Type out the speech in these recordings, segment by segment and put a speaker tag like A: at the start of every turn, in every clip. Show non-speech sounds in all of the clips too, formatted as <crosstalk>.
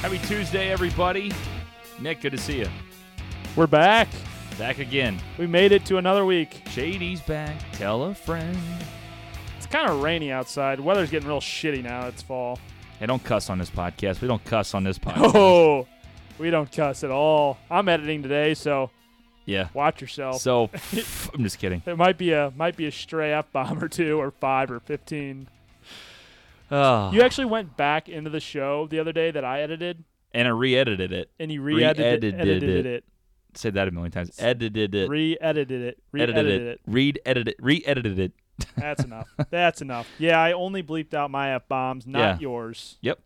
A: Happy Tuesday, everybody. Nick, good to see you.
B: We're back.
A: Back again.
B: We made it to another week.
A: JD's back. Tell a friend.
B: It's kind of rainy outside. Weather's getting real shitty now. It's fall. <laughs>
A: Hey, don't cuss on this podcast. We don't cuss on this podcast.
B: Oh, we don't cuss at all. I'm editing today, so
A: Yeah.
B: watch yourself.
A: So, <laughs> f- I'm just
B: <sighs>
A: kidding.
B: there might be a might be a stray f bomb or two or five or fifteen.
A: Oh.
B: You actually went back into the show the other day that I edited,
A: And I re edited it.
B: and you re-edited
A: Re-edited
B: edited
A: it.
B: it,
A: Said that a million times. Edited it.
B: re-edited it, re-edited
A: edited
B: it.
A: it. Read edited it. Re edited it.
B: That's enough. <laughs> That's enough. Yeah, I only bleeped out my f bombs, not
A: Yeah.
B: yours.
A: Yep.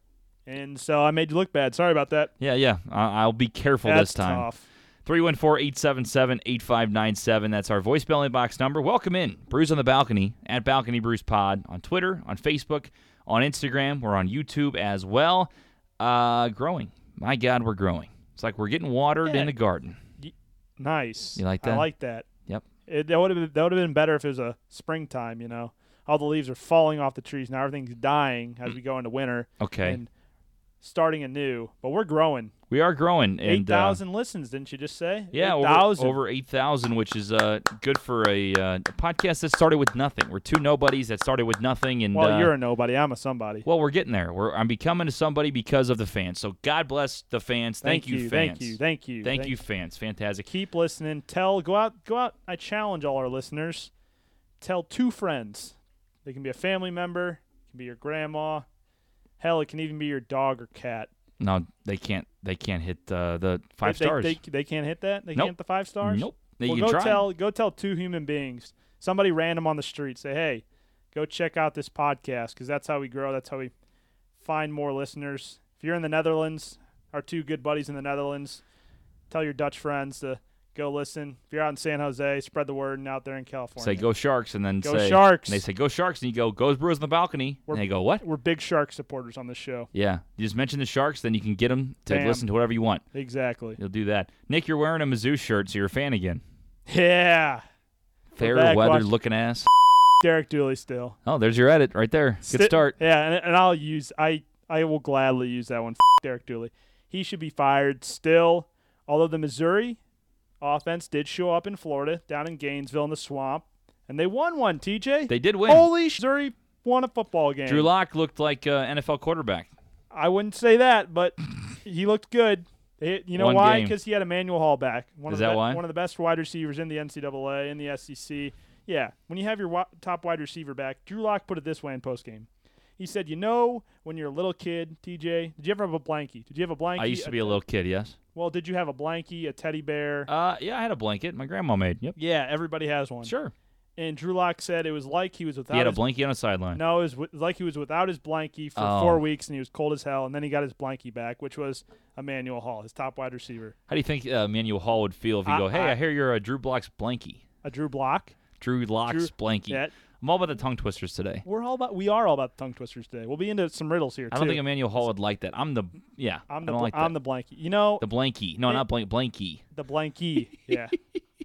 B: And so I made you look bad. Sorry about that.
A: Yeah, yeah. I- I'll be careful
B: That's
A: this time.
B: tough.
A: 314-877-8597. That's our voicemail inbox number. Welcome in. Brews on the Balcony at Balcony Brews Pod on Twitter, on Facebook, on Instagram. We're on YouTube as well. Uh, growing. My God, we're growing. It's like we're getting watered in the garden.
B: Nice.
A: You like
B: I
A: that?
B: like that.
A: Yep.
B: It, that would have been, that would have been better if it was a springtime. You know, all the leaves are falling off the trees now. Everything's dying as we go into winter
A: Okay.
B: and starting anew. But we're growing.
A: we are growing. And,
B: Eight
A: uh,
B: thousand listens, didn't you just say?
A: yeah,
B: eight
A: over,
B: thousand.
A: over 8,000, which is uh, good for a, uh, podcast that started with nothing. We're two nobodies that started with nothing. And
B: well,
A: uh,
B: you're a nobody. I'm a somebody.
A: well, we're getting there. We're, I'm becoming a somebody because of the fans. So God bless the fans. Thank, you, fans.
B: Thank you. Thank you.
A: Thank you, fans. Fantastic.
B: Keep listening. Tell. Go out. Go out. I challenge all our listeners. Tell two friends. They can be a family member. It can be your grandma. Hell, it can even be your dog or cat.
A: No, they can't. They can't hit uh, the five
B: they,
A: stars.
B: They, they, they can't hit that. They
A: Nope.
B: can't hit the five stars.
A: Nope. They
B: well,
A: can
B: go
A: try.
B: tell go tell two human beings, somebody random on the street, say, hey, go check out this podcast because that's how we grow. That's how we find more listeners. If you're in the Netherlands, our two good buddies in the Netherlands, tell your Dutch friends to go listen. If you're out in San Jose, spread the word and out there in California.
A: say go sharks, and then
B: Go
A: say
B: Sharks.
A: And they say go sharks, and you go goes Brewers on the balcony,
B: We're-
A: and they go what?
B: We're big shark supporters on this show.
A: Yeah, you just mention the sharks, then you can get them to
B: Bam.
A: listen to whatever you want.
B: Exactly.
A: You'll do that. Nick, you're wearing a Mizzou shirt, so you're a fan again.
B: Yeah.
A: Fair
B: back,
A: weather
B: watch-
A: looking ass.
B: Derek Dooley still.
A: Oh, there's your edit right there. Good
B: Sti-
A: start.
B: Yeah, and, and I'll use I I will gladly use that one. F- Derek Dooley, he should be fired still. Although the Missouri offense did show up in Florida, down in Gainesville in the swamp, and they won one. TJ,
A: They did win.
B: holy sh- Missouri won a football game.
A: Drew Lock looked like uh, NFL quarterback.
B: I wouldn't say that, but he looked good. They- you know
A: One
B: why?
A: game.
B: Because he had Emmanuel Hall back. One
A: Is
B: of the
A: that
B: be-
A: why?
B: One of the best wide receivers in the NCAA, in the SEC. Yeah, when you have your wi- top wide receiver back, Drew Lock put it this way in postgame. He said, "You know, when you're a little kid, TJ, did you ever have a blankie? Did you have a blankie?
A: I used to be a little kid. Yes.
B: Well, did you have a blankie, a teddy bear?
A: Uh, yeah, I had a blanket. My grandma made. Yep.
B: yeah, everybody has one.
A: Sure.
B: And Drew Lock said it was like he was without
A: He had a
B: his-
A: blanket on a <laughs> sideline.
B: No, it was wi- like he was without his blankie for
A: Oh.
B: four weeks, and he was cold as hell. And then he got his blankie back, which was Emmanuel Hall, his top wide receiver.
A: How do you think uh, Manuel Hall would feel if you
B: I-
A: go, "Hey, I,
B: I-
A: hear you're a Drew Blocks blankie,
B: A Drew Block.
A: Drew Locks
B: Drew-
A: blankie."
B: Yeah,
A: I'm all about the tongue twisters today.
B: we're all about. We are all about tongue twisters today. We'll be into some riddles here.
A: I don't
B: too.
A: think Emmanuel Hall would like that. I'm the yeah.
B: I'm
A: I
B: the.
A: don't
B: bl-
A: like
B: I'm
A: that.
B: the blankie. You know
A: The, blankie. No, not blank blankie.
B: the blankie.
A: <laughs>
B: Yeah.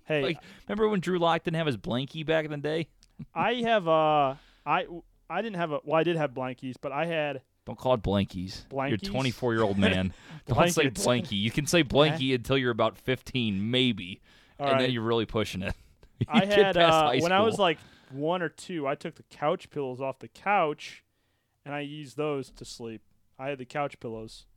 B: Hey,
A: Like, remember when Drew Lock didn't have his blankie back in the day?
B: I have. Uh, I I didn't have a. Well, I did have blankies, but I had.
A: Don't call it blankies. You're a
B: Blankies?
A: 24 year old
B: <laughs>
A: man. don't say
B: Blankets.
A: blankie. You
B: <laughs>
A: can say blankie until you're about 15, maybe,
B: All
A: and
B: right.
A: then you're really pushing it. <laughs>
B: <laughs>
A: You
B: I
A: get
B: had
A: past
B: uh,
A: high
B: when I was
A: school.
B: like one or two. I took the couch pillows off the couch, and I used those to sleep. I had the couch pillows.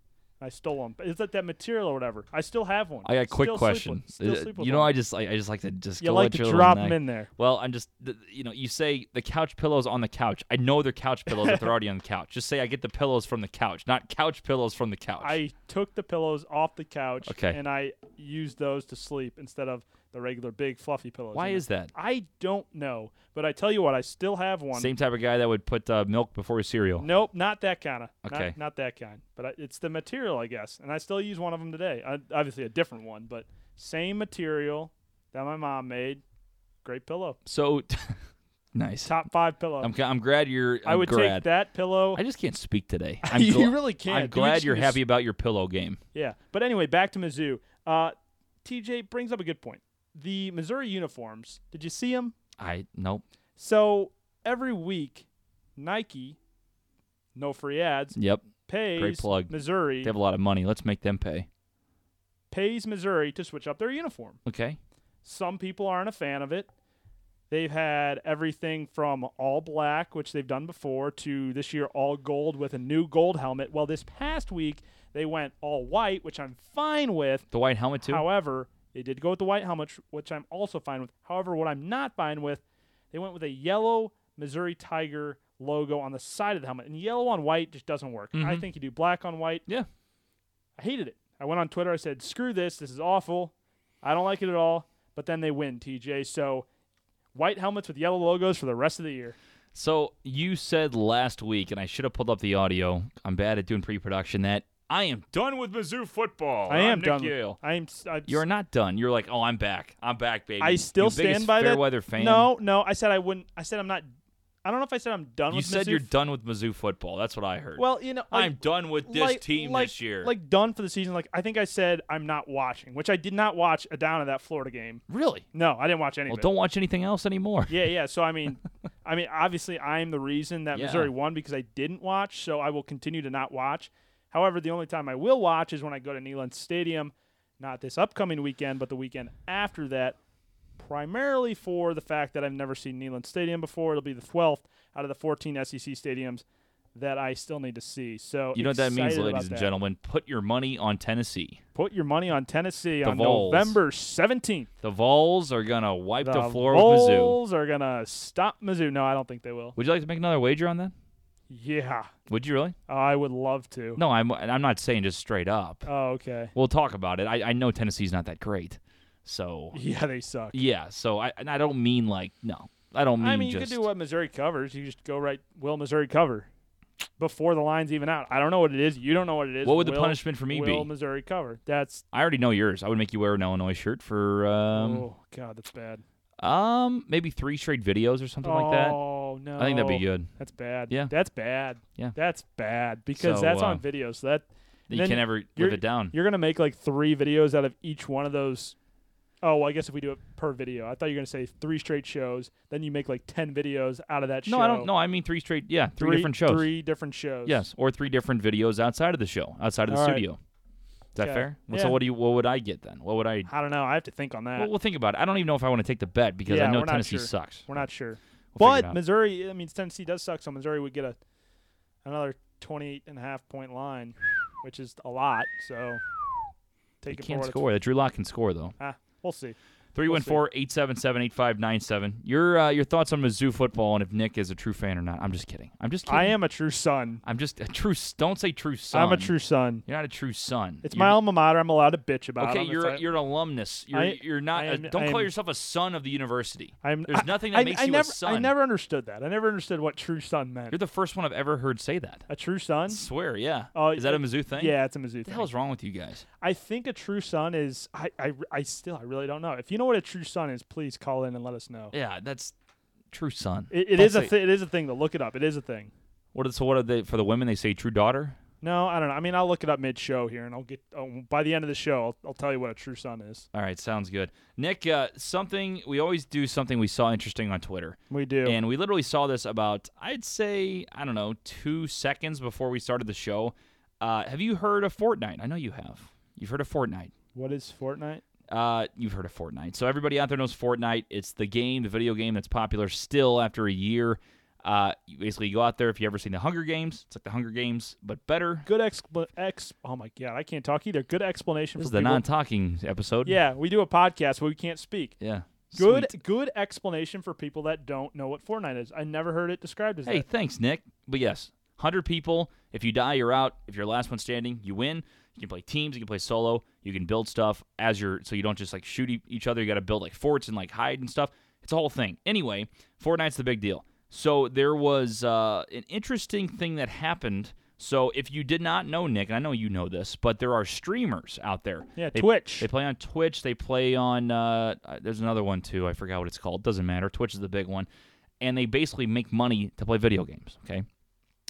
B: I stole them. It's like that material or whatever. I still have one.
A: I got a quick
B: Still sleep with-
A: question.
B: still
A: Uh,
B: sleep with
A: you know,
B: one.
A: I just I, I just like to just
B: you
A: go
B: like
A: at
B: to
A: your little
B: drop
A: neck.
B: them in there.
A: Well, I'm just, th- you know, you say the couch pillows on the couch. I know they're couch pillows if they're already on the couch. Just say I get the pillows from the couch, not couch pillows from the couch.
B: I took the pillows off the couch
A: Okay.
B: and I used those to sleep instead of the regular big fluffy pillows.
A: Why
B: in
A: is that?
B: there. I don't know, but I tell you what, I still have one.
A: Same type of guy that would put uh, milk before his cereal.
B: Nope, not that kind of.
A: Okay.
B: Not, not that kind. But I, it's the material, I guess. And I still use one of them today. I, obviously a different one, but same material that my mom made. Great pillow.
A: So, <laughs> nice.
B: Top 5 pillow.
A: I'm, g- I'm glad you're. I'm
B: I would
A: glad.
B: take that pillow.
A: I just can't speak
B: <laughs>
A: today. I'm
B: You
A: gla-
B: really can't.
A: I'm
B: Dude,
A: glad
B: just
A: you're
B: gonna
A: happy about your pillow game.
B: Yeah. But anyway, back to Mizzou. Uh, TJ brings up a good point. The Missouri uniforms, did you see them?
A: I nope.
B: So every week, Nike, no free ads,
A: Yep.
B: pays
A: Great plug.
B: Missouri
A: They have a lot of money. Let's make them pay.
B: pays Missouri to switch up their uniform.
A: Okay.
B: Some people aren't a fan of it. They've had everything from all black, which they've done before, to this year all gold with a new gold helmet. Well, this past week they went all white, which I'm fine with.
A: The white helmet too.
B: However, they did go with the white helmet, which I'm also fine with. However, what I'm not fine with, they went with a yellow Missouri Tiger logo on the side of the helmet, and yellow on white just doesn't work. I
A: Mhm.
B: think you do black on white.
A: Yeah.
B: I hated it. I went on Twitter. I said, "Screw this. This is awful. I don't like it at all." But then they win, TJ. So white helmets with yellow logos for the rest of the year.
A: So you said last week, and I should have pulled up the audio. I'm bad at doing pre-production. That I am done with Mizzou football.
B: I
A: I'm
B: am
A: Nick
B: done.
A: Yale.
B: I am. s- I,
A: You're not done. You're like, oh, I'm back. I'm back, baby.
B: I still
A: You biggest
B: stand by
A: fair
B: that.
A: weather fan.
B: No, no. I said I wouldn't. I said I'm not. I don't know if I said I'm done
A: you
B: with
A: said
B: Mizzou
A: you're done with Mizzou football. That's what I heard.
B: Well, you know, like,
A: I'm done with this
B: like-
A: team
B: like-
A: this year.
B: Like done for the season. Like I think I said I'm not watching, which I did not watch a down of that Florida game.
A: really?
B: No, I didn't watch any
A: Well,
B: of it.
A: don't watch anything else anymore.
B: Yeah, yeah. So
A: <laughs>
B: I mean, I mean, obviously I'm the reason that
A: Yeah.
B: Missouri won because I didn't watch. So I will continue to not watch. However, the only time I will watch is when I go to Neyland Stadium, not this upcoming weekend, but the weekend after that. Primarily for the fact that I've never seen Neyland Stadium before. It'll be the 12th out of the 14 SEC stadiums that I still need to see. So
A: You know what that means,
B: excited about
A: ladies and
B: that.
A: gentlemen. Put your money on Tennessee.
B: Put your money on Tennessee
A: The
B: on
A: Vols.
B: November 17th.
A: The Vols are gonna wipe the, floor with Mizzou.
B: Vols are going to stop Mizzou. No, I don't think they will.
A: Would you like to make another wager on that?
B: Yeah,
A: Would you really?
B: I would love to.
A: No, I'm. I'm not saying just straight up.
B: Oh, okay.
A: We'll talk about it. I, I know Tennessee's not that great, so
B: Yeah, they suck.
A: yeah. So I and I don't mean like no. I don't mean.
B: I mean, you
A: just,
B: could do what Missouri covers. You just go right, will Missouri cover before the line's even out? I don't know what it is. You don't know what it is.
A: What would the
B: Will-
A: punishment for me
B: will
A: be?
B: Missouri cover? That's,
A: I already know yours. I would make you wear an Illinois shirt for um,
B: oh, God, that's bad.
A: um maybe three straight videos or something like that.
B: Oh, no.
A: I think that'd be good.
B: That's bad.
A: Yeah.
B: That's bad.
A: Yeah.
B: That's bad because
A: So,
B: that's
A: uh,
B: on video. So that
A: You
B: then
A: can never live
B: you're-
A: it down.
B: You're gonna make like three videos out of each one of those. Oh, well, I guess if we do it per video, I thought you were gonna say three straight shows. Then you make like ten videos out of that show.
A: No, I don't. No, I mean three straight. Yeah, three, different shows.
B: Three different shows.
A: Yes, or three different videos outside of the show, outside of the
B: All right.
A: studio. Is that
B: Okay.
A: fair? Well, So
B: Yeah.
A: what do you? What would I get then? What would I?
B: I don't know. I have to think on that.
A: Well, we'll think about it. I don't even know if I want to take the bet because
B: Yeah,
A: I know
B: we're not
A: Tennessee
B: sure.
A: sucks.
B: We're not sure.
A: We'll figure it
B: but
A: out.
B: Missouri, I mean, Tennessee does suck, so Missouri would get a another 28 and a half point line, which is a lot. So
A: they
B: take it for
A: can't
B: what it's-
A: score. The Drew Lock can score though.
B: Ah, we'll see.
A: 314-877-8597. Your uh, your thoughts on Mizzou football and if Nick is a true fan or not? I'm just kidding. I'm just kidding.
B: I am a true son.
A: I'm just a true. s- Don't say true son.
B: I'm a true son.
A: You're not a true son.
B: It's
A: You're-
B: my alma mater. I'm allowed to bitch about.
A: Okay,
B: them if
A: you're
B: I-
A: you're an alumnus. You're
B: I-
A: you're not.
B: I
A: a-
B: am-
A: don't
B: I
A: call
B: am-
A: yourself a son of the university.
B: I'm,
A: There's
B: I-
A: nothing that
B: I,
A: makes
B: I
A: you a
B: never, I
A: son.
B: never understood that. I never understood what true son meant.
A: You're the first one I've ever heard say that.
B: a true son?
A: Swear, yeah.
B: Oh,
A: is that a
B: it-
A: Mizzou thing?
B: Yeah, it's a Mizzou
A: What the
B: thing.
A: hell is wrong with you guys?
B: I think a true son is. I, I, I still, I really don't know. If you know what a true son is, please call in and let us know.
A: Yeah, that's true son.
B: It, it
A: Don't
B: is a
A: say-
B: thi- it is a thing to look it up. It is a thing.
A: What is so? What are they for the women? They say true daughter.
B: No, I don't know. I mean, I'll look it up mid show here, and I'll get oh, by the end of the show, I'll, I'll tell you what a true son is.
A: All right, sounds good. Nick, uh, something we always do something we saw interesting on Twitter,
B: We do.
A: and we literally saw this about I'd say I don't know two seconds before we started the show. Uh, have you heard of Fortnite? I know you have. You've heard of Fortnite.
B: what is Fortnite?
A: Uh, you've heard of Fortnite. So everybody out there knows Fortnite. It's the game, the video game that's popular still after a year. Uh, you basically go out there. If you ever seen the Hunger Games, it's like the Hunger Games but better.
B: Good expl ex. Oh my god, I can't talk either. Good explanation
A: This is
B: for
A: the
B: people.
A: non-talking episode.
B: yeah, we do a podcast where we can't speak.
A: yeah.
B: Good,
A: Sweet.
B: good explanation for people that don't know what Fortnite is. I never heard it described as
A: Hey,
B: that.
A: thanks, Nick. But yes, hundred people. If you die, you're out. If you're last one standing, you win. You can play teams. You can play solo. You can build stuff as you're. So you don't just like shoot e- each other. You got to build like forts and like hide and stuff. It's a whole thing. Anyway, Fortnite's the big deal. So there was uh, an interesting thing that happened. So if you did not know, Nick, and I know you know this, but there are streamers out there.
B: Yeah,
A: They-
B: Twitch.
A: They play on Twitch. They play on. Uh, uh, there's another one too. I forgot what it's called. Doesn't matter. Twitch is the big one, and they basically make money to play video games. Okay.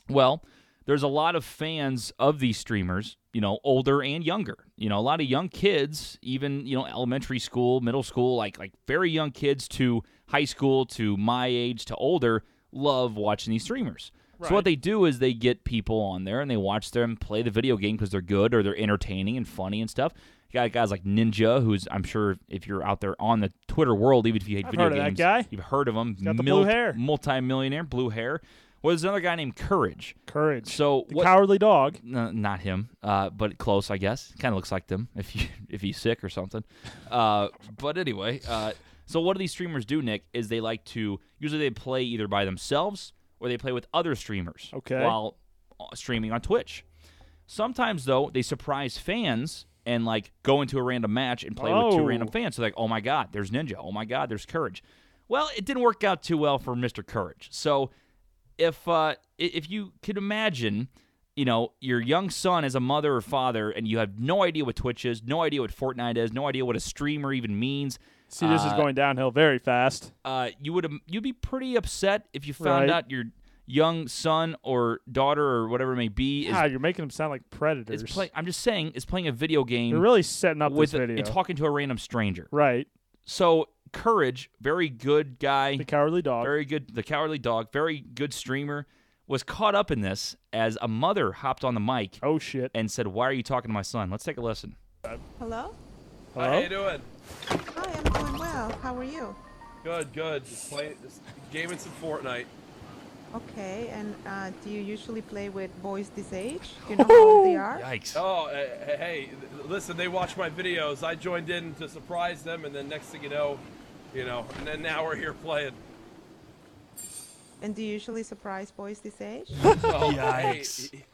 A: Well, there's a lot of fans of these streamers. You know, older and younger. You know, a lot of young kids, even you know, elementary school, middle school, like like very young kids to high school to my age to older, love watching these streamers. So what they do is they get people on there and they watch them play the video game because they're good or they're entertaining and funny and stuff. You got guys like Ninja, who's I'm sure if you're out there on the Twitter world, even if you hate
B: I've
A: video
B: heard of that
A: games,
B: guy.
A: you've heard of him.
B: got the blue hair.
A: multi-millionaire, blue hair. Well, there's another guy named Courage.
B: Courage.
A: So
B: the
A: what?
B: cowardly dog.
A: no, not him, uh, but close, I guess. Kind of looks like them <laughs> if you if he's sick or something. Uh, but anyway, uh, so what do these streamers do, Nick? Is they like to usually they play either by themselves or they play with other streamers
B: Okay.
A: while uh, streaming on Twitch. Sometimes though, they surprise fans and like go into a random match and play with two
B: Oh.
A: random fans. So like, oh my god, there's Ninja. Oh my god, there's Courage. Well, it didn't work out too well for Mr. Courage. So if uh, i- if you could imagine, you know, your young son is a mother or father, and you have no idea what Twitch is, no idea what Fortnite is, no idea what a streamer even means.
B: See, this is
A: Uh,
B: going downhill very fast.
A: Uh, you would you'd be pretty upset if you found
B: Right.
A: out your young son or daughter or whatever it may be is,
B: Ah, you're making them sound like
A: is
B: predators.
A: play, I'm just saying is playing a video game
B: you're really setting up
A: with
B: this video.
A: and talking to a random stranger.
B: right.
A: So courage, very good guy.
B: The cowardly dog.
A: very good the cowardly dog very good streamer was caught up in this as a mother hopped on the mic
B: oh shit.
A: and said why are you talking to my son let's take a listen
C: Hello?
D: How
B: Hello?
D: you doing?
C: Hi, I'm doing well. How are you?
D: Good, good. Just playing, just gaming some Fortnite.
C: Okay, and uh, do you usually play with boys this age? Do you know how old they are?
A: yikes
D: Oh, eh, eh, hey, th- listen, they watch my videos. I joined in to surprise them, and then next thing you know, you know, and then now we're here
B: <laughs>
D: playing.
C: And do you usually surprise boys this age?
D: Oh,
A: Yikes.
D: Hey,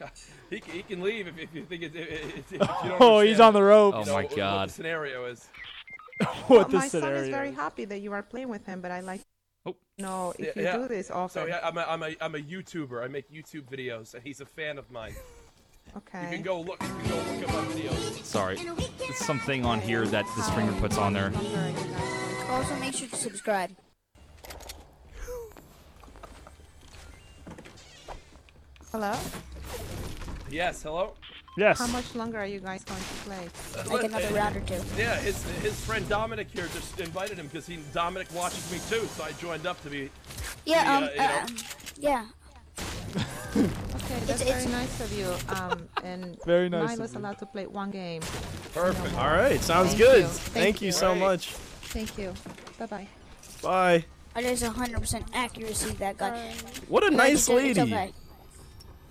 D: he, he, he can leave if, if you think it. If, if you don't
B: <laughs> Oh, he's
D: understand,
B: on the rope.
A: Oh
D: you know,
A: my
D: what- What
A: God.
D: the scenario is.
B: <laughs> what the
C: Uh, Oh, my son
B: scenario?
C: is very happy that you are playing with him, but I like
A: Oh.
C: to know if you
D: Yeah, yeah.
C: do this often.
D: So yeah, I'm a, I'm a, I'm a YouTuber. I make YouTube videos, and he's a fan of mine. You
C: Okay.
D: can go look. You can go look up my videos.
A: sorry it's something on here that the streamer puts on there
C: Don't worry, you guys.
E: Also, make sure to subscribe.
C: Hello?
D: Yes, hello.
B: yes. <laughs>
C: How much longer are you guys going to play?
E: Like another round or two.
D: Yeah, his his friend Dominic here just invited him because he Dominic watches me too, so I joined up to be.
E: Yeah, um,
D: Yeah,
E: uh, yeah.
C: Okay, that's
E: it's-
C: very nice of you. Um, and
B: Very nice of
C: Milo's
B: you.
C: allowed to play one game.
D: Perfect.
F: All right, sounds
C: Thank
F: good.
C: you.
F: Thank,
C: Thank
F: you,
C: you.
F: so
D: All right.
F: much.
C: Thank you. Bye-bye.
F: Bye.
E: That is 100% accuracy, that guy.
F: What a nice
E: It's- it's
F: lady.
E: okay.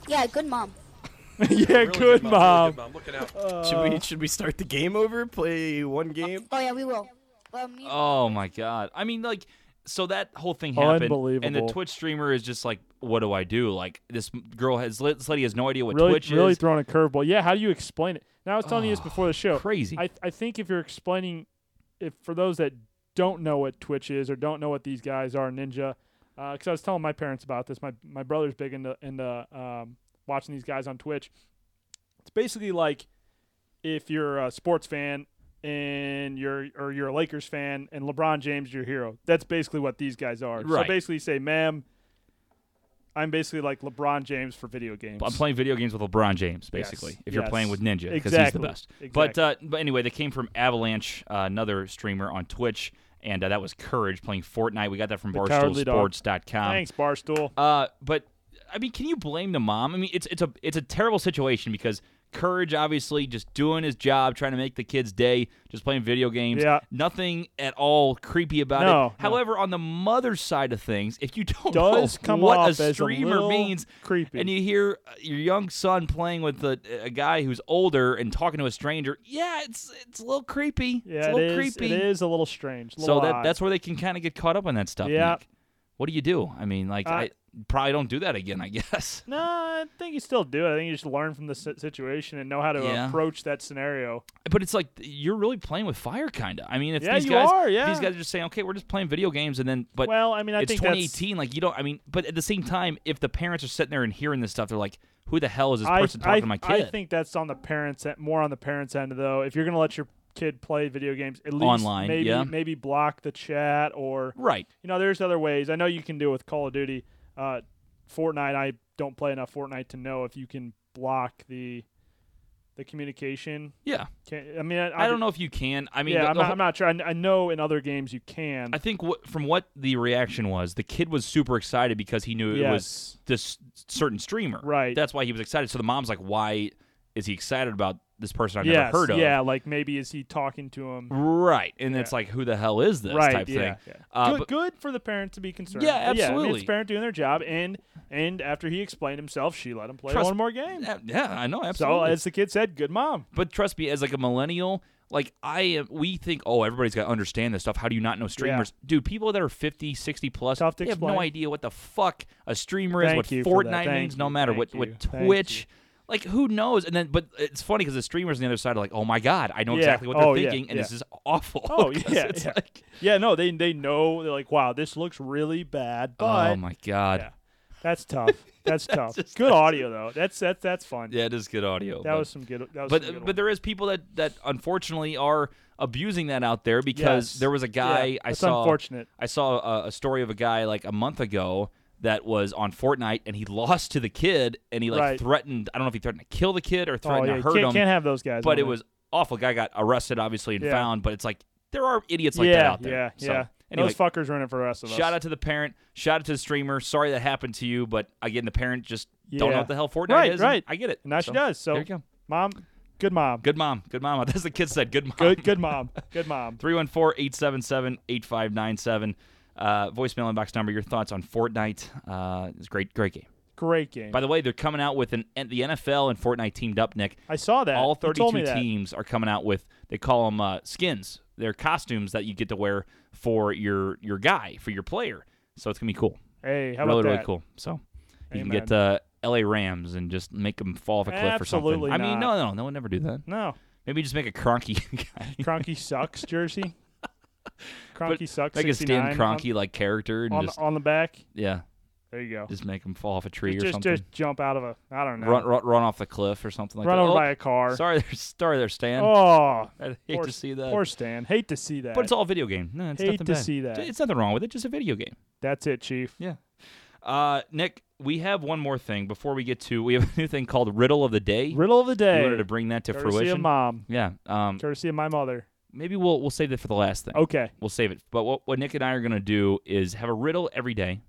E: Yeah, good mom.
B: yeah,
D: Really
B: good
D: really
B: mom.
D: Looking out.
F: Should we should we start the game over? Play one game?
E: Oh, yeah, we will. Well, me
A: oh my god i mean like so that whole thing happened and the
B: Unbelievable.
A: twitch streamer is just like what do i do like this girl has this lady has no idea what
B: really,
A: twitch
B: really
A: is
B: throwing a curveball. Yeah, how do you explain it? Now I was telling you
A: <sighs>
B: this before the show.
A: crazy
B: I, I think if you're explaining, if for those that don't know what Twitch is or don't know what these guys are, Ninja, because I was telling my parents about this. My my brother's big into into um, watching these guys on Twitch. It's basically like if you're a sports fan and you're or you're a Lakers fan and LeBron James is your hero. That's basically what these guys are.
A: Right.
B: So basically, you say, "Ma'am, I'm basically like LeBron James for video games."
A: I'm playing video games with LeBron James, basically. If you're
B: yes.
A: playing with Ninja, because he's the
B: Exactly,
A: best. But uh, but anyway, they came from Avalanche, uh, another streamer on Twitch, and uh, that was Courage playing Fortnite. We got that from
B: The Cowardly Dog.
A: BarstoolSports.com. <laughs>
B: Thanks, Barstool.
A: Uh, but I mean, can you blame the mom? I mean, it's it's a it's a terrible situation because Courage obviously just doing his job, trying to make the kids' day, just playing video games.
B: Yeah.
A: Nothing at all creepy about
B: No,
A: it.
B: no.
A: However, on the mother's side of things, if you don't
B: does
A: know
B: come
A: Oh, what
B: off
A: a
B: as
A: streamer
B: little
A: means,
B: creepy.
A: and you hear uh, your young son playing with a, a guy who's older and talking to a stranger. Yeah, it's it's a little creepy. it's
B: yeah,
A: a
B: it
A: little
B: is.
A: creepy.
B: It is a little strange. a
A: So
B: little
A: that
B: odd.
A: that's where they can kind of get caught up on that stuff.
B: Yeah.
A: Nick. What do you do? I mean, like
B: Uh,
A: I probably don't do that again. I <laughs> guess.
B: no. I think you still do it. I think you just learn from the si- situation and know how to
A: Yeah.
B: approach that scenario.
A: But it's like you're really playing with fire, kind of. I mean, if
B: Yeah,
A: these
B: you
A: guys,
B: are,
A: if
B: yeah.
A: these guys are just saying, okay, we're just playing video games, and then but
B: well, I mean, I
A: it's
B: think
A: 2018. Like you don't. I mean, but at the same time, if the parents are sitting there and hearing this stuff, they're like, who the hell is this
B: That's,
A: person
B: I,
A: talking to my
B: I,
A: kid?
B: I think that's on the parents, e- more on the parents' end though. If you're gonna let your kid play video games, at least
A: Online,
B: maybe
A: yeah.
B: maybe block the chat or
A: right.
B: you know, there's other ways. I know you can do it with Call of Duty, uh, Fortnite. I don't play enough Fortnite to know if you can block the the communication.
A: Yeah.
B: Can, I mean, I,
A: I don't know if you can. I mean,
B: yeah,
A: the-
B: I'm
A: the
B: not,
A: whole-
B: I'm not sure. I, kn- I know in other games you can.
A: I think what, from what the reaction was, the kid was super excited because he knew it was
B: Yes.
A: this certain streamer.
B: Right.
A: That's why he was excited. So the mom's like, "Why is he excited about this person I've
B: yes,
A: never heard of?"
B: yeah, like maybe is he talking to him?
A: Right. And
B: Yeah.
A: it's like, "Who the hell is this?"
B: right.
A: type
B: yeah.
A: thing.
B: yeah.
A: Uh,
B: good,
A: but-
B: good for the parent to be concerned.
A: Yeah,
B: I mean, it's
A: absolutely.
B: parent doing their job, and and after he explained himself, she let him play
A: Trust-
B: one more game.
A: Yeah, yeah, I know
B: so
A: absolutely.
B: as the kid said, good mom.
A: but trust me, as like a millennial, like I am, we think, oh, everybody's got to understand this stuff. How do you not know streamers? Dude, people that are 50, 60 plus,
B: Tough to
A: they have no
B: explain.
A: idea what the fuck a streamer
B: Thank
A: is,
B: you
A: what
B: for that.
A: Fortnite
B: Thank
A: means, no
B: you.
A: matter
B: Thank
A: what, what
B: you. Thank
A: Twitch. Like who knows? And then, but it's funny because the streamers on the other side are like, "Oh my god, I know
B: Yeah.
A: exactly what they're
B: Oh, yeah.
A: thinking, and this
B: Yeah.
A: is awful."
B: Oh,
A: <laughs> 'Cause
B: yeah,
A: it's
B: yeah.
A: like,
B: Yeah, no, they they know. They're like, wow, this looks really bad, but
A: oh my god,
B: yeah,
A: <laughs>
B: that's tough. That's tough.
A: just-
B: good audio though. That's that that's fun.
A: yeah, it is good audio.
B: that
A: but-
B: was some good. That was some good
A: but but
B: ones.
A: there is people that that unfortunately are abusing that out there because
B: Yes.
A: there was a guy
B: Yeah,
A: I
B: that's
A: saw
B: unfortunate.
A: I saw a, a story of a guy like a month ago that was on Fortnite and he <laughs> lost to the kid and he like
B: Right.
A: threatened I don't know if he threatened to kill the kid or
B: oh
A: threatened
B: yeah,
A: to
B: you
A: hurt
B: can't,
A: him
B: can't have those guys.
A: but
B: on
A: it
B: there.
A: was awful guy got arrested obviously and
B: Yeah.
A: found but it's like there are idiots like
B: yeah,
A: that out there
B: yeah,
A: so,
B: yeah.
A: anyway
B: those fuckers running for the rest of us.
A: shout out to the parent shout out to the streamer sorry that happened to you but again the parent just don't know
B: Yeah.
A: what the hell Fortnite
B: Right,
A: is and
B: right.
A: I get it
B: And now
A: So,
B: she does. So
A: there you go
B: mom, good mom,
A: good mom good mom <laughs> that's the kid said good mom
B: good good mom,
A: <laughs>
B: good mom.
A: 314-877-8597. Uh, voicemail inbox number. Your thoughts on Fortnite? Uh, it's a great, great game.
B: Great game.
A: By the way, they're coming out with an the NFL and Fortnite teamed up. Nick,
B: I saw that.
A: all
B: You told me
A: 32
B: that.
A: teams are coming out with. They call them uh, skins. They're costumes that you get to wear for your your guy for your player. So it's gonna be cool.
B: Hey, how
A: really,
B: about that?
A: really cool. So you can
B: Amen.
A: get uh, L.A. Rams and just make them fall off a cliff or
B: Absolutely
A: something. I mean, no,
B: not.
A: no, no one never do that. <laughs>
B: No,
A: Maybe just make a cronky <laughs> guy.
B: Cronky sucks jersey.
A: <laughs> But
B: Cronky sucks.
A: Make a
B: 69
A: Stan Cronky like character and
B: on, on,
A: just
B: the, on the back.
A: yeah,
B: There you go.
A: just make him fall off a tree
B: Just,
A: or
B: just,
A: something.
B: just jump out of a. I don't know.
A: run, run, run off the cliff or something like
B: Run
A: that.
B: over
A: Oh,
B: by a car.
A: Sorry, <laughs> there, sorry there, Stan.
B: Oh,
A: I hate
B: poor,
A: to see that.
B: Poor Stan. Hate to see that.
A: but it's all video game. No, it's
B: Hate
A: nothing
B: to
A: bad.
B: see that.
A: It's nothing wrong with it. Just a video game.
B: That's it, Chief.
A: Yeah. Uh, Nick, we have one more thing before we get to. We have <laughs> a new thing called Riddle of the Day.
B: Riddle of the
A: We
B: day.
A: wanted to bring that to
B: Courtesy of
A: fruition.
B: mom.
A: yeah. Um,
B: Courtesy of my mother.
A: maybe we'll we'll save it for the last thing.
B: Okay.
A: We'll save it. But what, what Nick and I are going to do is have a riddle every day,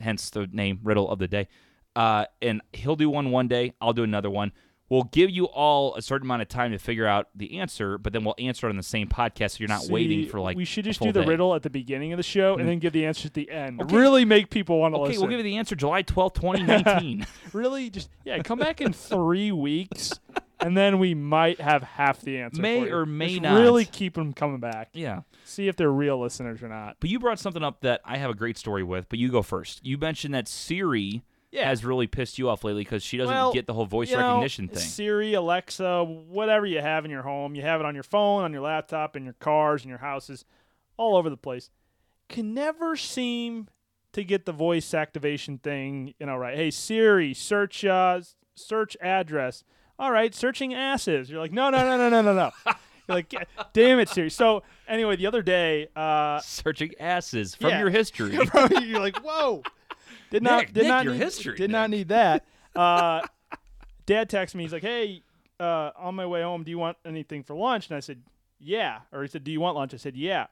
A: hence the name Riddle of the Day. Uh, and he'll do one one day, I'll do another one. We'll give you all a certain amount of time to figure out the answer, but then we'll answer it on the same podcast so you're not waiting
B: See,
A: for like
B: We should
A: a
B: just
A: full
B: do the
A: day.
B: riddle at the beginning of the show and then give the answer at the end.
A: Okay.
B: Really make people want to
A: Okay,
B: listen.
A: we'll give you the answer July 12th,
B: <laughs>
A: 2019.
B: really just yeah come back <laughs> in three weeks and then we might have half the answer
A: May
B: for you.
A: or may
B: Just
A: not.
B: really keep them coming back
A: yeah.
B: see if they're real listeners or not
A: But you brought something up that I have a great story with, but you go first. You mentioned that Siri has really pissed you off lately because she doesn't
B: Well,
A: get the whole voice
B: you know,
A: recognition thing.
B: siri alexa whatever you have in your home you have it on your phone on your laptop in your cars in your houses all over the place can never seem to get the voice activation thing you know right hey siri search uh search address all right searching asses you're like no no no no no <laughs> no no you're like damn it siri so anyway the other day uh
A: Searching asses from
B: Yeah.
A: your history.
B: <laughs> you're like whoa did not
A: Nick,
B: did
A: Nick,
B: not
A: your
B: need,
A: history,
B: did not need that uh dad texts me he's like hey uh on my way home do you want anything for lunch and i said yeah or he said do you want lunch i said yeah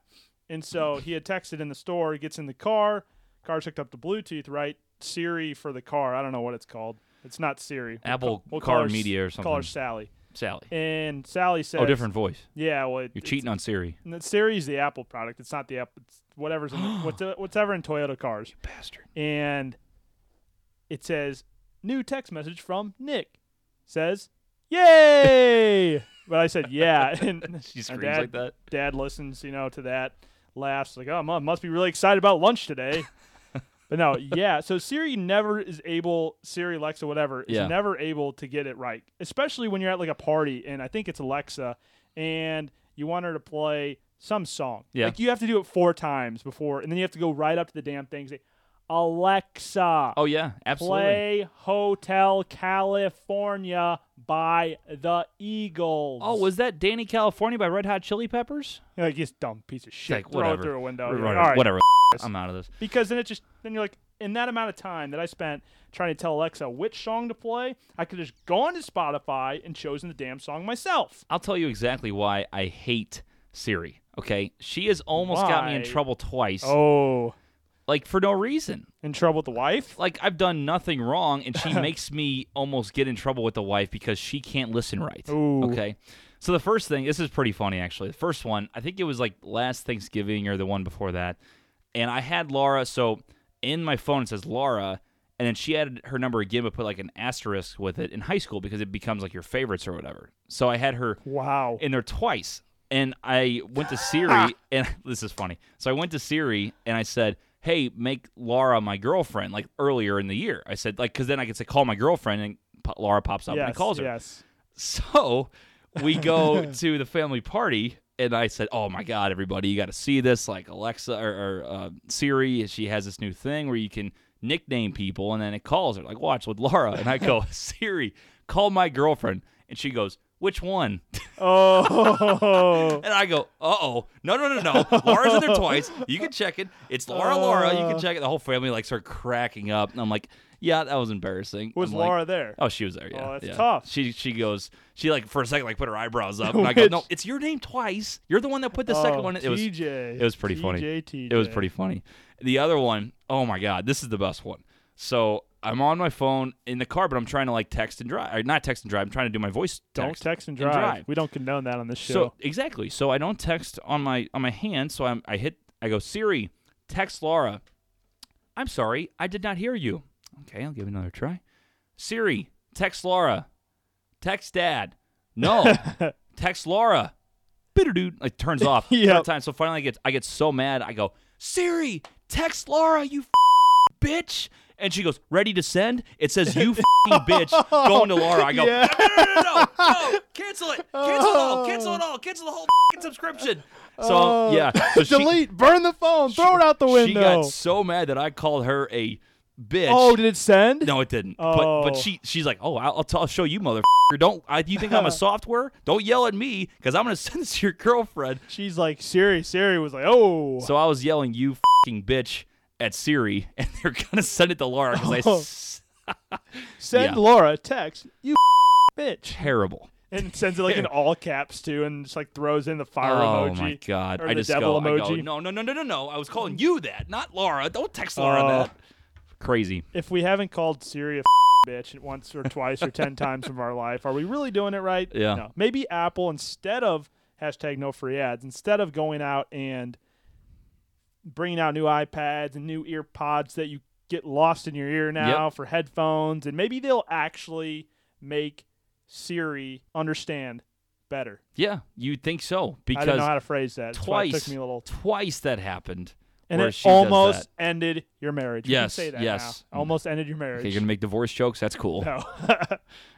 B: and so he had texted in the store he gets in the car car's hooked up to bluetooth right siri for the car i don't know what it's called it's not siri We'll
A: Apple
B: ca- we'll
A: Car
B: call her,
A: Media or
B: S- call her
A: something.
B: sally
A: Sally.
B: and sally says
A: Oh, different voice.
B: yeah well it,
A: You're
B: it's-
A: cheating on Siri.
B: no, Siri's the Apple product. It's not the Apple. It's whatever's in
A: <gasps>
B: what's whatever in Toyota cars.
A: Bastard.
B: And it says new text message from Nick. Says, "Yay!" but I said, "Yeah." <laughs> And
A: She
B: my
A: screams
B: dad,
A: like that.
B: Dad listens, you know, to that, laughs like, "Oh, mom must be really excited about
A: <laughs>
B: lunch today." but no, yeah. So Siri never is able. Siri, Alexa, whatever, is
A: Yeah.
B: never able to get it right, especially when you're at like a party and I think it's Alexa, and you want her to play some song.
A: Yeah.
B: Like you have to do it four times before, and then you have to go right up to the damn thing. And say, Alexa,
A: Oh yeah, absolutely.
B: play Hotel California by the Eagles.
A: Oh, was that Danny California by Red Hot Chili Peppers?
B: You're like, this dumb piece of shit.
A: Like,
B: Throw
A: whatever.
B: it through a window.
A: Whatever.
B: You're like, Oh, All right.
A: whatever. I'm out of this.
B: Because then it just, then you're like, in that amount of time that I spent trying to tell Alexa which song to play, I could have just gone to Spotify and chosen the damn song myself.
A: I'll tell you exactly why I hate Siri. Okay, she has almost got me in
B: Why?
A: trouble twice,
B: Oh.
A: like for no reason.
B: In trouble with the wife?
A: Like I've done nothing wrong, and she makes me almost get in trouble with the wife because she can't listen right.
B: Ooh.
A: Okay, so the first thing, this is pretty funny actually. The first one, I think it was like last Thanksgiving or the one before that, and I had Laura. So in my phone it says Laura, and then she added her number again, but put like an asterisk with it in high school because it becomes like your favorites or whatever. So I had her
B: Wow.
A: in there twice. And I went to Siri, and <laughs> this is funny. So I went to Siri and I said, "Hey, make Laura my girlfriend." Like earlier in the year, I said, like, because then I could say, "Call my girlfriend," and po- Laura pops up and
B: yes,
A: and calls her.
B: yes.
A: <laughs> So we go to the family party, and I said, "Oh my God, everybody, you got to see this!" Like Alexa or, or uh, Siri, she has this new thing where you can nickname people, and then it calls her. Like, watch with Laura, and I go, <laughs> "Siri, call my girlfriend," and she goes, "Which one?" <laughs>
B: Oh.
A: And I go, uh oh, no, no, no, no. Laura's in there twice. You can check it. It's Laura, Laura. You can check it. The whole family like start cracking up, and I'm like, yeah, that was embarrassing.
B: <laughs> was
A: I'm like-
B: Laura there?
A: Oh, she was there. Yeah,
B: Oh, that's
A: yeah.
B: tough.
A: She she goes. She like for a second like put her eyebrows up, and I go,
B: Which-
A: no, it's your name twice. You're the one that put the second
B: Oh,
A: one. in." It was
B: TJ.
A: it was pretty funny.
B: TJ, TJ.
A: It was pretty funny. The other one, oh my god, this is the best one. So I'm on my phone in the car, but I'm trying to like text and drive, or not text and drive. I'm trying to do my voice.
B: Don't
A: text.
B: text, and, drive.
A: drive.
B: We don't condone that on this show.
A: So exactly. So I don't text on my on my hand. So I'm, I hit. I go Siri, text Laura. I'm sorry, I did not hear you. Okay, I'll give it another try. Siri, text Laura. Text Dad.
B: <laughs>
A: No. text Laura. Bitter-doot. Like turns
B: <laughs>
A: off.
B: Yep.
A: Third Time. So finally, I get I get so mad. I go Siri, text Laura. You bitch. And she goes, ready to send? It says, you f***ing
B: <laughs>
A: bitch, going to Laura. I go,
B: Yeah.
A: no, no, no, no, no,
B: <laughs>
A: no, cancel it. Cancel it all. Cancel it all. Cancel the whole f***ing subscription. So,
B: Oh.
A: yeah. So she-
B: Delete, burn the phone, throw it out the window.
A: She got so mad that I called her a bitch.
B: oh, did it send?
A: No, it didn't. But but
B: Oh.
A: she she's like, oh, I'll, I'll, t- I'll show you, motherfucker. Don't I, you think
B: <laughs>
A: I'm a software? Don't yell at me because I'm gonna <laughs> send this to your girlfriend.
B: She's like Siri. Siri was like, oh.
A: So I was yelling, "You fucking bitch!" at Siri, and they're gonna send it to Laura because I
B: <laughs> Oh.
A: s-
B: Send
A: yeah.
B: Laura a text. You <laughs> bitch.
A: terrible.
B: And sends it like in
A: <laughs>
B: all caps too, and just like throws in the fire
A: oh
B: emoji.
A: my god!
B: or
A: I
B: the
A: just
B: devil
A: go, I go,
B: emoji.
A: no, no, no, no, no, no! I was calling you that, not Laura. Don't text Laura
B: Oh.
A: that. Crazy.
B: If we haven't called Siri a <laughs> bitch once or twice or ten times of our life, are we really doing it right?
A: Yeah.
B: No. Maybe Apple instead of hashtag no free ads, instead of going out and bringing out new iPads and new ear pods that you get lost in your ear now for headphones, and maybe they'll actually make Siri understand better.
A: Yeah, you'd think so
B: I don't know
A: because
B: how to phrase that. That's why it
A: twice,
B: took me a little.
A: twice that happened.
B: and
A: where
B: it
A: she does
B: almost
A: that.
B: ended your marriage.
A: Yes,
B: You can say that
A: yes.
B: now. Almost ended your marriage.
A: Okay, you're gonna make divorce jokes. That's cool.
B: <laughs> no. <laughs>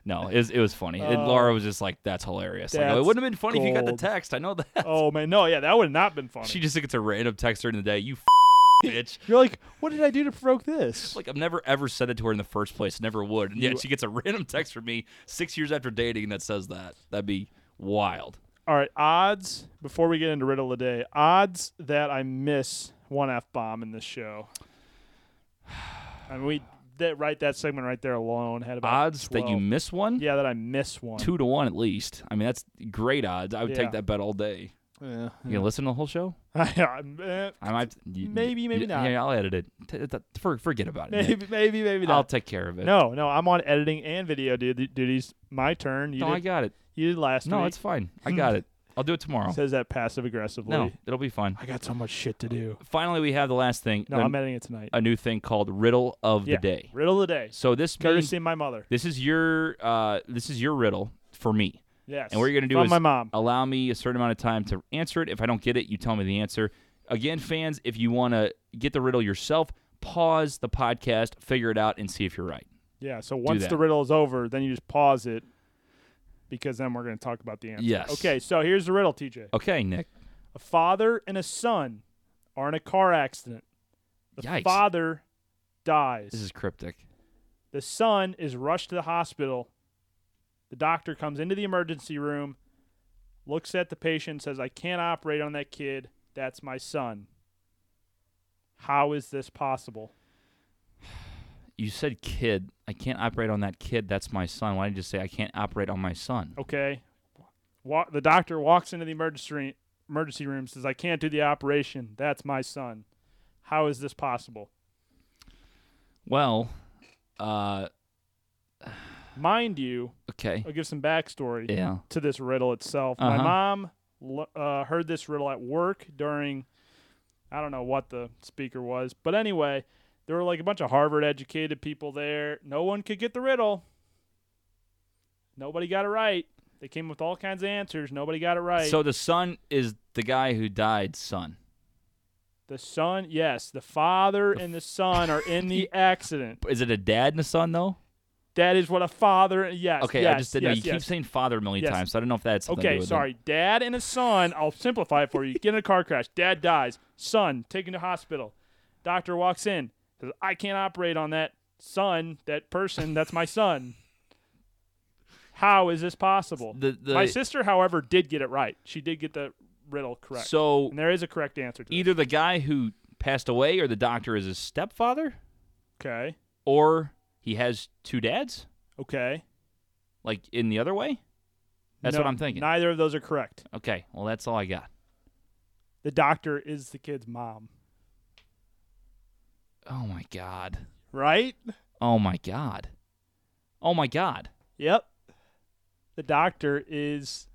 A: No, it was, it was funny. and Laura was just like, "That's hilarious." Like, oh, it
B: Oh. That's
A: wouldn't have been funny if you got the
B: gold.
A: text. I know
B: <laughs>
A: that.
B: oh man, no, yeah, that would have not been funny.
A: She just gets a random text during the day. You <laughs> bitch.
B: You're like, what did I do to provoke this?
A: Like I've never ever said it to her in the first place. Never would. And yet
B: You-
A: she gets a random text from me six years after dating that says that. That'd be wild.
B: All right, odds. Before we get into riddle of the day, odds that I miss one f bomb in this show. <sighs> I mean, we that right that segment right there alone had about
A: Odds that you
B: 12.
A: miss one,
B: yeah that I miss one.
A: two to one at least. I mean, that's great odds. I would
B: Yeah.
A: take that bet all day.
B: Yeah.
A: You
B: <laughs>
A: gonna listen to the whole show?
B: I'm, eh,
A: I might. you-
B: Maybe,
A: you-
B: maybe
A: yeah,
B: not.
A: I'll edit it. T- t- for- forget about it.
B: maybe maybe maybe
A: I'll
B: not.
A: take care of it.
B: no, no, I'm on editing and video dude, duties. My turn. You
A: no,
B: did,
A: I got it.
B: you did last
A: No,
B: week.
A: it's fine.
B: <laughs>
A: I got it. I'll do it tomorrow.
B: Says that passive aggressively.
A: No, it'll be fine.
B: I got so much shit to do.
A: Finally, we have the last thing.
B: No,
A: a-
B: I'm editing it tonight.
A: a new thing called Riddle of
B: Yeah,
A: the Day.
B: Riddle of the day.
A: So this means
B: Courtesy of my mother.
A: this is your uh, this is your riddle for me.
B: Yes.
A: And what you're gonna do
B: From
A: is
B: my mom.
A: allow me a certain amount of time to answer it. If I don't get it, you tell me the answer. Again, fans, if you want to get the riddle yourself, pause the podcast, figure it out, and see if you're right.
B: Yeah. So once
A: that.
B: the riddle is over, then you just pause it because then we're going to talk about the answer.
A: Yes.
B: Okay. So here's the riddle, TJ.
A: Okay, Nick.
B: A father and a son are in a car accident. The
A: Yikes.
B: father dies.
A: This is cryptic.
B: The son is rushed to the hospital. The doctor comes into the emergency room, looks at the patient, says, I can't operate on that kid. That's my son. How is this possible?
A: You said kid. I can't operate on that kid. That's my son. Why did you say I can't operate on my son?
B: Okay. Wa- the doctor walks into the emergency, emergency room, says, I can't do the operation. That's my son. How is this possible?
A: Well, uh,
B: Mind you,
A: okay.
B: I'll give some backstory.
A: Yeah.
B: to this riddle itself. My
A: Uh-huh.
B: mom l- uh, heard this riddle at work during, I don't know what the speaker was, but anyway, there were like a bunch of Harvard educated people there. No one could get the riddle. Nobody got it right. They came with all kinds of answers. Nobody got it right.
A: So the son is the guy who died. Son.
B: the son, yes, the father and the son are
A: <laughs>
B: in the accident.
A: Is it a dad and a son though?
B: That is what a father. Yes.
A: Okay,
B: yes,
A: I just didn't
B: yes,
A: know. You
B: yes.
A: keep saying father a million
B: Yes.
A: times, so I don't know if that's something to do
B: Okay,
A: with it.
B: sorry. Dad and a son. I'll simplify it for you. Get in a car crash. Dad dies. Son taken to hospital. Doctor walks in. Says, "I can't operate on that son. That person. That's my son." How is this possible?
A: The- the-
B: my sister, however, did get it right. She did get the riddle correct.
A: So
B: and there is a correct answer to
A: either the guy who passed away or the doctor is his stepfather,
B: It. Okay.
A: or he has two dads,
B: Okay.
A: like in the other way. That's
B: No,
A: what I'm thinking.
B: Neither of those are correct.
A: okay, well that's all I got.
B: The doctor is the kid's mom.
A: Oh my god.
B: Right?
A: Oh my god. Oh my god.
B: Yep. The doctor is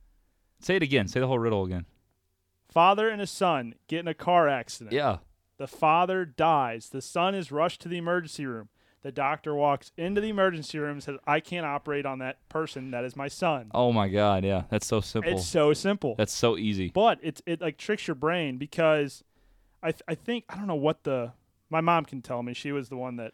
A: Say it again. Say the whole riddle again.
B: father and a son get in a car accident.
A: Yeah.
B: The father dies. The son is rushed to the emergency room. The doctor walks into the emergency room and says, I can't operate on that person. That is my son.
A: Oh my god. Yeah. That's so simple.
B: It's so simple.
A: that's so easy.
B: but it's it like tricks your brain because I th- I think I don't know what the my mom can tell me. She was the one that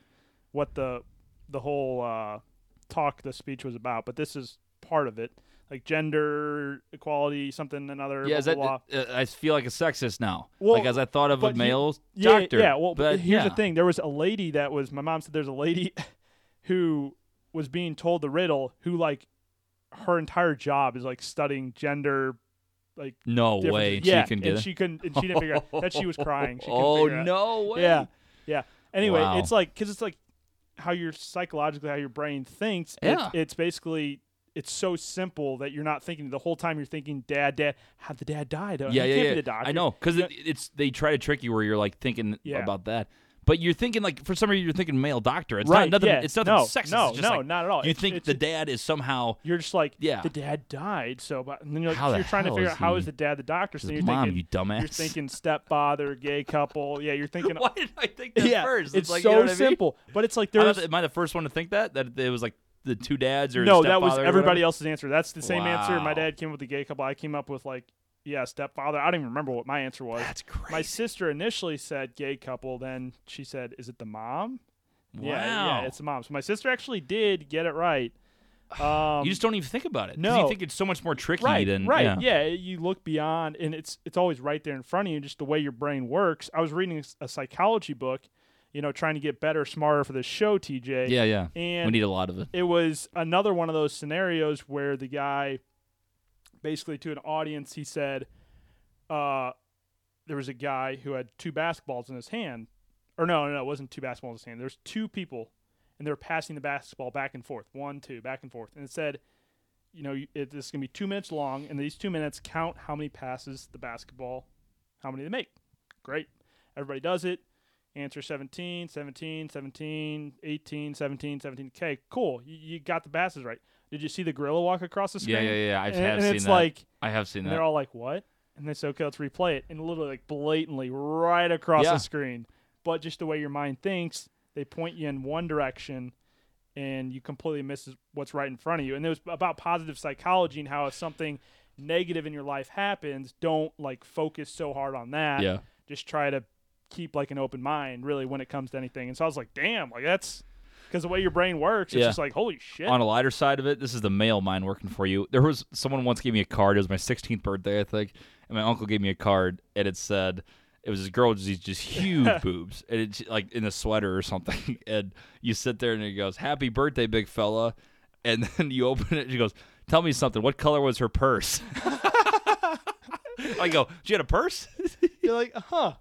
B: what the the whole uh, talk the speech was about. But this is part of it, like gender equality, something another.
A: Yeah, is
B: blah,
A: that,
B: blah, blah.
A: uh, I feel like a sexist now.
B: Well,
A: like as I thought of a
B: but he-
A: male
B: yeah,
A: doctor.
B: Yeah, well,
A: but
B: here's
A: yeah.
B: the thing. There was a lady that was, my mom said there's a lady <laughs> who was being told the riddle who, like, her entire job is, like, studying gender. Like,
A: No
B: differences.
A: way. and
B: yeah,
A: she can
B: and
A: get it.
B: she couldn't, and she didn't figure out that she was crying. She
A: <laughs>
B: couldn't
A: oh
B: figure out-
A: no way.
B: Yeah, yeah. Anyway,
A: Wow.
B: it's like, because it's like how your psychologically, how your brain thinks.
A: Yeah.
B: It's, it's basically. It's so simple that you're not thinking the whole time. You're thinking, "Dad, Dad, how the dad died? uh,
A: Yeah,
B: he
A: yeah,
B: can't
A: yeah.
B: Be the doctor.
A: I know because
B: Yeah.
A: it, it's they try to trick you where you're like thinking
B: Yeah.
A: about that, but you're thinking like for some reason you're thinking male doctor. It's
B: Right,
A: not nothing.
B: yeah.
A: It's nothing
B: No,
A: sexist.
B: no,
A: it's just
B: no,
A: like
B: not at all.
A: You
B: It's-
A: think
B: it's-
A: the dad is somehow
B: you're just like,
A: Yeah.
B: the dad died. So, but and then you're like,
A: How
B: so
A: the
B: you're trying to
A: hell
B: figure
A: is
B: out how
A: he-
B: is the dad the doctor? So
A: He's like,
B: then you're
A: "Mom,
B: thinking,
A: you dumbass."
B: You're thinking stepfather, gay couple. Yeah,
A: <laughs>
B: you're thinking.
A: why did I think that
B: yeah,
A: first?
B: it's
A: like,
B: so
A: you know what I mean?
B: simple, but it's like
A: I
B: there's
A: thought- am I the first one to think that that it was like the two dads or
B: no.
A: the
B: That was
A: stepfather or
B: everybody
A: whatever?
B: else's answer. That's the same answer. My
A: Wow.
B: dad came with the gay couple. I came up with like, yeah, stepfather. I don't even remember what my answer was.
A: That's crazy.
B: my sister initially said gay couple. Then she said, "Is it the mom?"
A: wow.
B: Yeah, yeah, it's the mom. So my sister actually did get it right.
A: <sighs>
B: Um,
A: you just don't even think about it. 'cause you
B: no.
A: think it's so much more tricky
B: right,
A: than
B: right. Yeah. you look beyond, and it's it's always right there in front of you. Just the way your brain works. I was reading a psychology book, you know, trying to get better, smarter for this show, TJ.
A: yeah, yeah. we
B: and
A: need a lot of it.
B: it was another one of those scenarios where the guy, basically to an audience, he said, uh, there was a guy who had two basketballs in his hand, or no, no, no, it wasn't two basketballs in his hand. There's two people, and they were passing the basketball back and forth, one, two, back and forth, and it said you know, you- it, this is going to be two minutes long, and these two minutes count how many passes the basketball, how many they make. Great. Everybody does it. Answer 17, 17, 17, 18, 17, 17. Okay, cool. You, you got the passes right. Did you see the gorilla walk across the screen?
A: Yeah, yeah, yeah. I
B: and,
A: have
B: and
A: seen
B: it's
A: that.
B: like,
A: I have seen
B: and
A: that.
B: they're all like, what? And they say, okay, let's replay it. And literally, like, blatantly right across
A: Yeah.
B: the screen. But just the way your mind thinks, they point you in one direction and you completely miss what's right in front of you. And it was about positive psychology and how if something negative in your life happens, don't like focus so hard on that.
A: Yeah.
B: Just try to keep like an open mind really when it comes to anything. And so I was like, damn, like that's because the way your brain works, it's
A: Yeah.
B: just like, holy shit.
A: on a lighter side of it, this is the male mind working for you. There was someone once gave me a card. It was my 16th birthday, I think, and my uncle gave me a card, and it said, It was this girl with these just
B: <laughs>
A: huge boobs, and it's like in a sweater or something. <laughs> And you sit there and it goes, "Happy birthday, big fella," and <laughs> then you open it. and She goes, "Tell me something. What color was her purse?" <laughs> I go, "She had a purse." <laughs>
B: You're like, huh?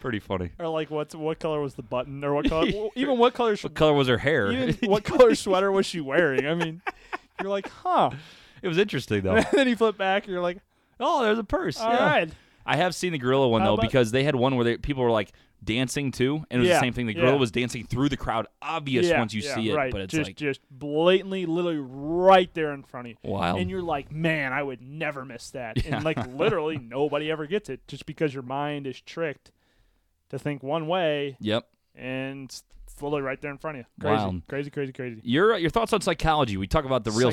A: Pretty funny.
B: Or like, what what color was the button? Or
A: <laughs>
B: what color? well, even what color? Sh-
A: What color was her hair?
B: <laughs> even what color sweater was she wearing? I <laughs> mean, you're like, huh?
A: <laughs> it was interesting
B: <laughs>
A: though.
B: And then you flip back, and you're like,
A: oh, there's a purse.
B: all right.
A: yeah. I have seen the gorilla one
B: How
A: though
B: about-
A: because they had one where they, people were like dancing too, and it was
B: Yeah,
A: the same thing. The gorilla
B: yeah.
A: was dancing through the crowd, obvious
B: yeah,
A: once you
B: yeah,
A: see it,
B: right.
A: but it's
B: just
A: like
B: just blatantly, literally right there in front of you.
A: wild.
B: And you're like, man, I would never
A: <laughs>
B: miss that.
A: Yeah.
B: And like, literally, nobody ever gets it just because your mind is tricked to think one way,
A: yep.
B: and it's it's literally right there in front of you. Crazy,
A: Wild.
B: crazy, crazy, crazy.
A: Your your thoughts on psychology? We talk about the real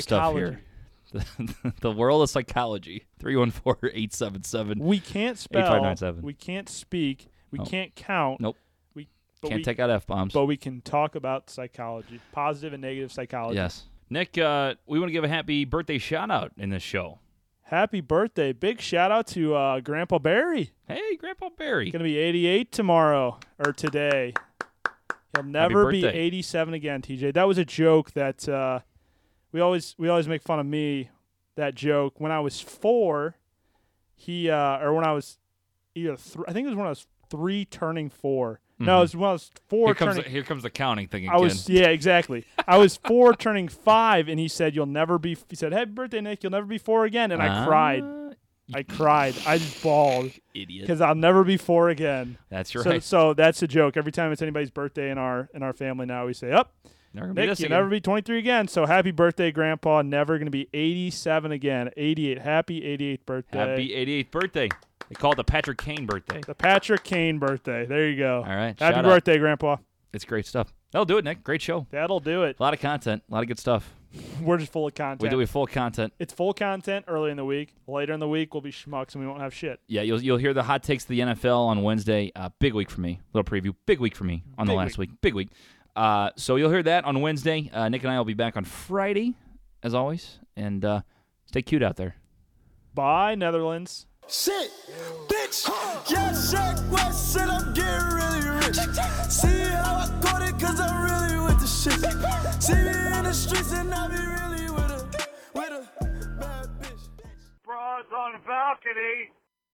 A: stuff
B: Psychology.
A: here. <laughs> The, the world of psychology. 314-877.
B: We can't spell.
A: 8597.
B: We can't speak. We
A: Oh.
B: can't count.
A: Nope.
B: We but
A: Can't
B: we,
A: take out f bombs.
B: But we can talk about psychology, positive and negative psychology.
A: Yes. Nick, uh, we want to give a happy birthday shout out in this show.
B: Happy birthday! Big shout out to uh, Grandpa Barry.
A: Hey, Grandpa Barry.
B: Gonna be 88 tomorrow or today. He'll never be
A: birthday.
B: 87 again, TJ. That was a joke that uh, we always we always make fun of me. That joke when I was four, he uh, or when I was either th- I think it was when I was three turning 4 No, it was when I was
A: Mm-hmm.
B: four
A: Here comes
B: turning.
A: the, here comes the counting thing again.
B: I was yeah, exactly. I was four <laughs> turning five, and he said, "You'll never be." He said, "Happy birthday, Nick. You'll never be four again." And I cried.
A: Ah,
B: I cried. I just bawled
A: Idiot.
B: because I'll never be four again.
A: That's right.
B: So, so that's a joke. Every time it's anybody's birthday in our in our family now, we say, "Up,
A: Never gonna be
B: Nick,
A: this
B: you'll
A: again.
B: never be 23 again." So happy birthday, Grandpa. Never gonna be 87 again. 88. Happy 88th birthday.
A: Happy 88th birthday. They call it the Patrick Kane birthday.
B: the Patrick Kane birthday. There you go.
A: All right,
B: Happy
A: shout out.
B: birthday, Grandpa.
A: It's great stuff. That'll do it, Nick. Great show.
B: That'll do it.
A: A lot of content. A lot of good stuff.
B: We're just full of content.
A: We do we have full content.
B: It's full content early in the week. Later in the week, we'll be schmucks and we won't have shit.
A: Yeah, you'll you'll hear the hot takes of the NFL on Wednesday. Uh, big week for me. Little preview. Big week for me on the
B: Big
A: last week. Big week. Uh, so you'll hear that on Wednesday. Uh, Nick and I will be back on Friday, as always. And uh, stay cute out there.
B: Bye, Netherlands.
G: Shit, bitch, yeah, Shaq West shit, I'm getting really rich. See how I caught it, cause I'm really with the shit. See me in the streets and I be really.